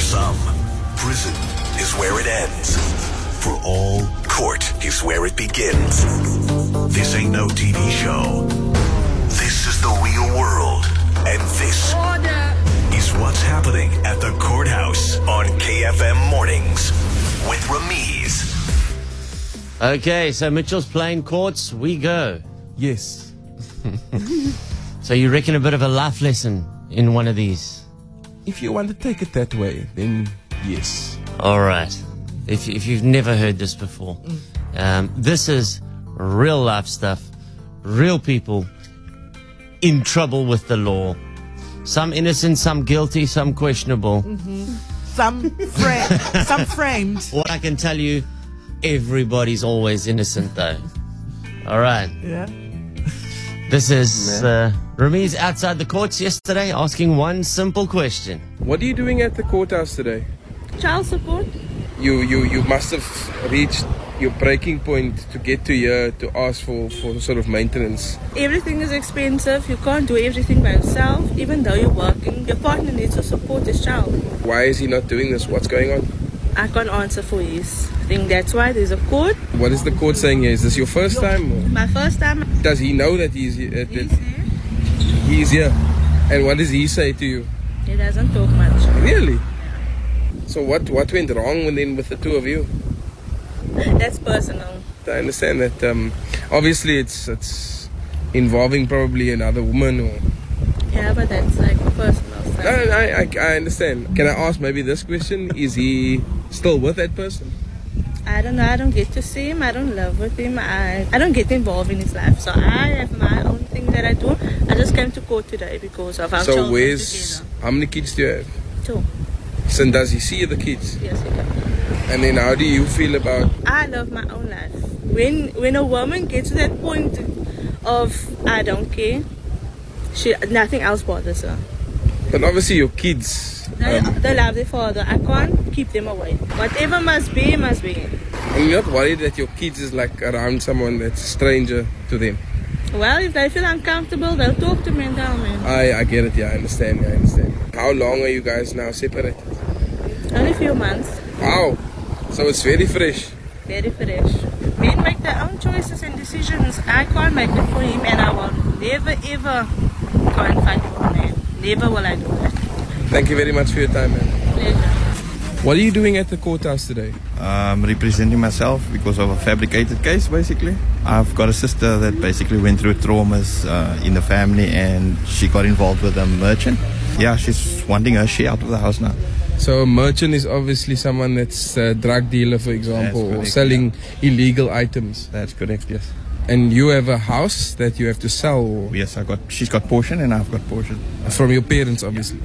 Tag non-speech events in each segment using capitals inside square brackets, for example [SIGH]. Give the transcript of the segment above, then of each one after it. some, prison is where it ends. For all, court is where it begins. This ain't no TV show. This is the real world. And this is what's happening at the courthouse on KFM Mornings with Ramiz. Okay, so Mitchell's playing courts. We go. Yes. So you reckon a bit of a life lesson in one of these? If you want to take it that way, then yes. All right. If, if you've never heard this before, um, this is real life stuff, real people in trouble with the law. Some innocent, some guilty, some questionable. some fra- some framed. What I can tell you, everybody's always innocent though. All right. Yeah. This is uh, Ramiz outside the courts yesterday asking one simple question. What are you doing at the courthouse today? child support. You you you must have reached your breaking point to get to here to ask for for sort of maintenance. Everything is expensive. You can't do everything by yourself, even though you're working. Your partner needs to support his child. Why is he not doing this? What's going on? I can't answer for his. I think that's why there's a court. What is the court saying here? Is this your first time? Or My first time, does he know that he's he- that, he's that there. he's here? And what does he say to you? He doesn't talk much. Really? So what what went wrong with- then with the two of you? That's personal. I understand that um, obviously it's it's involving probably another woman or Yeah, but that's like personal stuff. No, no, I, I, I understand. Can I ask maybe this question? Is he still with that person? I don't know. I don't get to see him. I don't live with him. I, I don't get involved in his life. So I have my own thing that I do. I just came to court today because of our so children where's together. how many kids do you have? Two. So does he see the kids? Yes, we do. And then how do you feel about? I love my own life. When when a woman gets to that point of I don't care, she nothing else bothers her. But obviously your kids. They, Um, they love their father. I can't keep them away. Whatever must be, must be. and you're not worried that your kids is like around someone that's a stranger to them. Well, if they feel uncomfortable, they'll talk to me and tell me. I I get it. Yeah, I understand. Yeah, I understand. How long are you guys now separated? Only a few months, Wow. So it's very fresh. very fresh. Men make their own choices and decisions. I can't make them for him, and I will never ever go and fight for a man. Never will I do that. Thank you very much for your time, man. Pleasure. What are you doing at the courthouse today? I'm Um, representing myself because of a fabricated case, basically. I've got a sister that basically went through traumas uh, in the family and she got involved with a merchant. Yeah, she's wanting her shit out of the house now. So a merchant is obviously someone that's a drug dealer, for example, or correct, selling illegal items. That's correct, yes. And you have a house that you have to sell or- Yes, I got. she's got portion and I've got portion. from your parents, obviously.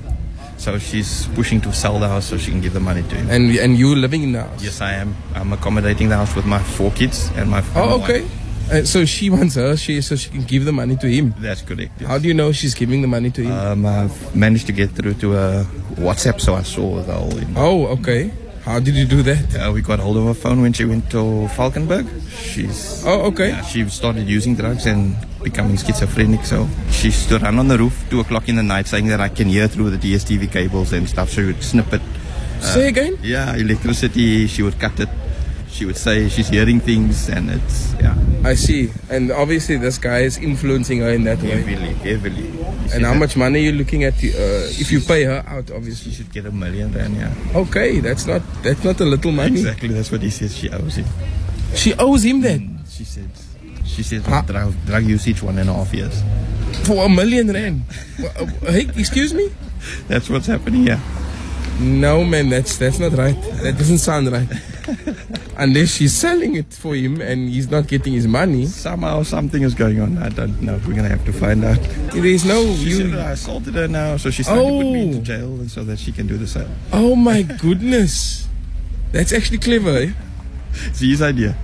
So she's pushing to sell the house so she can give the money to him. And and you living in the house. Yes, I am. I'm accommodating the house with my four kids and my. and my Oh, wife. okay. Uh, so she wants her share so she can give the money to him. That's correct. yes. How do you know she's giving the money to him? Um, I've managed to get through to a WhatsApp, so I saw the whole. oh, okay. How did you do that? Uh, we got hold of her phone when she went to Falkenberg. She's Oh, okay. yeah, she started using drugs and becoming schizophrenic. So she stood run on the roof two o'clock in the night, saying that I can hear through the DSTV cables and stuff. So she would snip it. Say again. Yeah, electricity. She would cut it. She would say she's hearing things, and it's yeah, I see. And obviously this guy is influencing her in that way. heavily, heavily. And how much money are you looking at the, uh, if you pay her out, She obviously? should get a million rand. Yeah, Okay, that's not that's not a little money. exactly. That's what he says. She owes him. She owes him that She said. She said Huh? drug, drug usage one and a half years. for a million rand. Wha- uh, hey, excuse me? That's what's happening here. No, man, that's that's not right. That doesn't sound [LAUGHS] right. Unless she's selling it for him and he's not getting his money, Somehow something is going on. I don't know. We're gonna have to find out. there's no She said you. I assaulted her now, so she's trying to put me into Oh. jail and so that she can do the same. Oh my goodness, that's actually clever. Eh? It's his idea.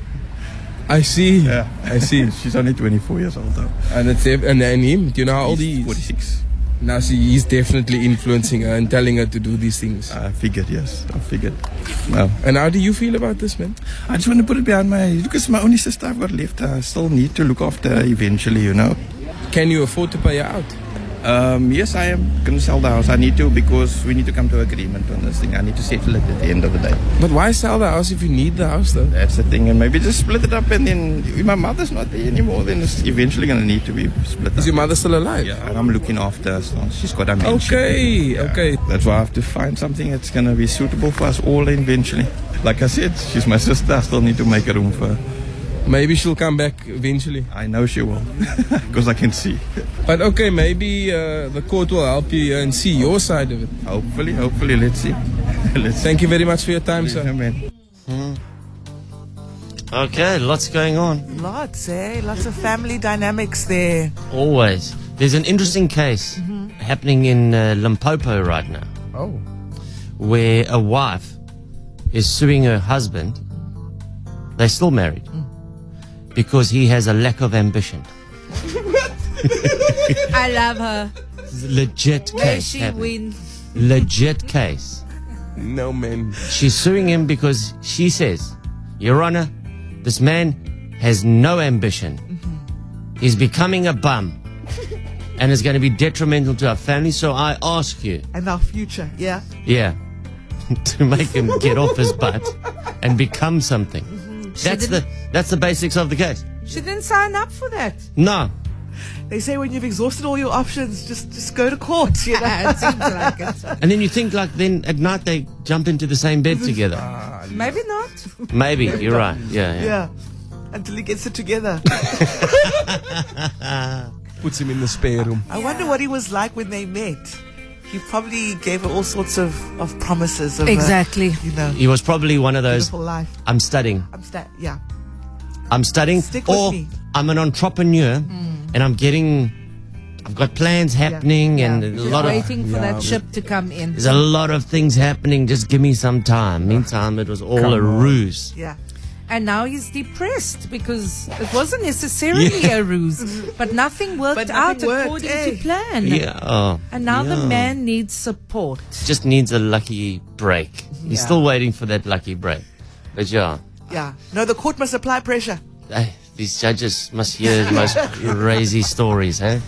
I see. Yeah. I see. [LAUGHS] She's only 24 years old though. And it's ev- and, and him. Do you know how old he He's is? 46. Now see, he's definitely influencing her and telling her to do these things. I figured, yes. I figured. Well, And how do you feel about this, man? I just want to put it behind my. Look, it's my only sister I've got left. I still need to look after her eventually, you know. Can you afford to pay her out? Um, yes, I am going to sell the house. I need to because we need to come to agreement on this thing. I need to settle it at the end of the day. But why sell the house if you need the house though? That's the thing, and maybe just split it up. And then if my mother's not there anymore, then it's eventually going to need to be split up. Is your mother still alive? Yeah, and I'm looking after her. So she's got a mention. Okay, okay. That's why I have to find something that's going to be suitable for us all eventually. Like I said, she's my [LAUGHS] sister. I still need to make a room for her. Maybe she'll come back eventually. I know she will [LAUGHS] because I can see. But okay, maybe uh, the court will help you here and see your side of it. Hopefully, hopefully, let's see. [LAUGHS] let's see. Thank you very much for your time, Yeah, sir. man. Okay, lots going on. Lots, eh? Lots of family dynamics there. Always. There's an interesting case happening in uh, Limpopo right now Oh, where a wife is suing her husband. They're still married because he has a lack of ambition. I love her. Legit May case. she happening. win. Legit case. no, man. She's suing him because she says, Your Honor, this man has no ambition. He's becoming a bum and is going to be detrimental to our family. So I ask you, And our future, yeah? yeah, [LAUGHS] to make him get off his butt and become something. That's the, that's the basics of the case. She didn't sign up for that. No. They say when you've exhausted all your options, just just go to court, you know? it seems like it. And then you think like then at night they jump into the same bed together. Maybe not. Maybe, you're right. Yeah, yeah. yeah. Until he gets it together. Puts him in the spare room. I wonder what he was like when they met. He probably gave her all sorts of, of promises of a, Exactly. you know, He was probably one of those, beautiful life. I'm studying. I'm sta- yeah. I'm studying, Stick with or me. Mm. I'm an entrepreneur, and I'm getting, I've got plans happening, and a Just lot of waiting for that ship to come in. there's a lot of things happening. Just give me some time. Meantime, it was all a ruse. Yeah. And now he's depressed because it wasn't necessarily a ruse, but nothing worked But nothing out worked, according eh? to plan. Yeah, oh, And now the yeah. man needs support. just needs a lucky break. He's Yeah. still waiting for that lucky break, but yeah, Yeah. No, the court must apply pressure. [LAUGHS] eh, these judges must hear the most crazy stories, eh?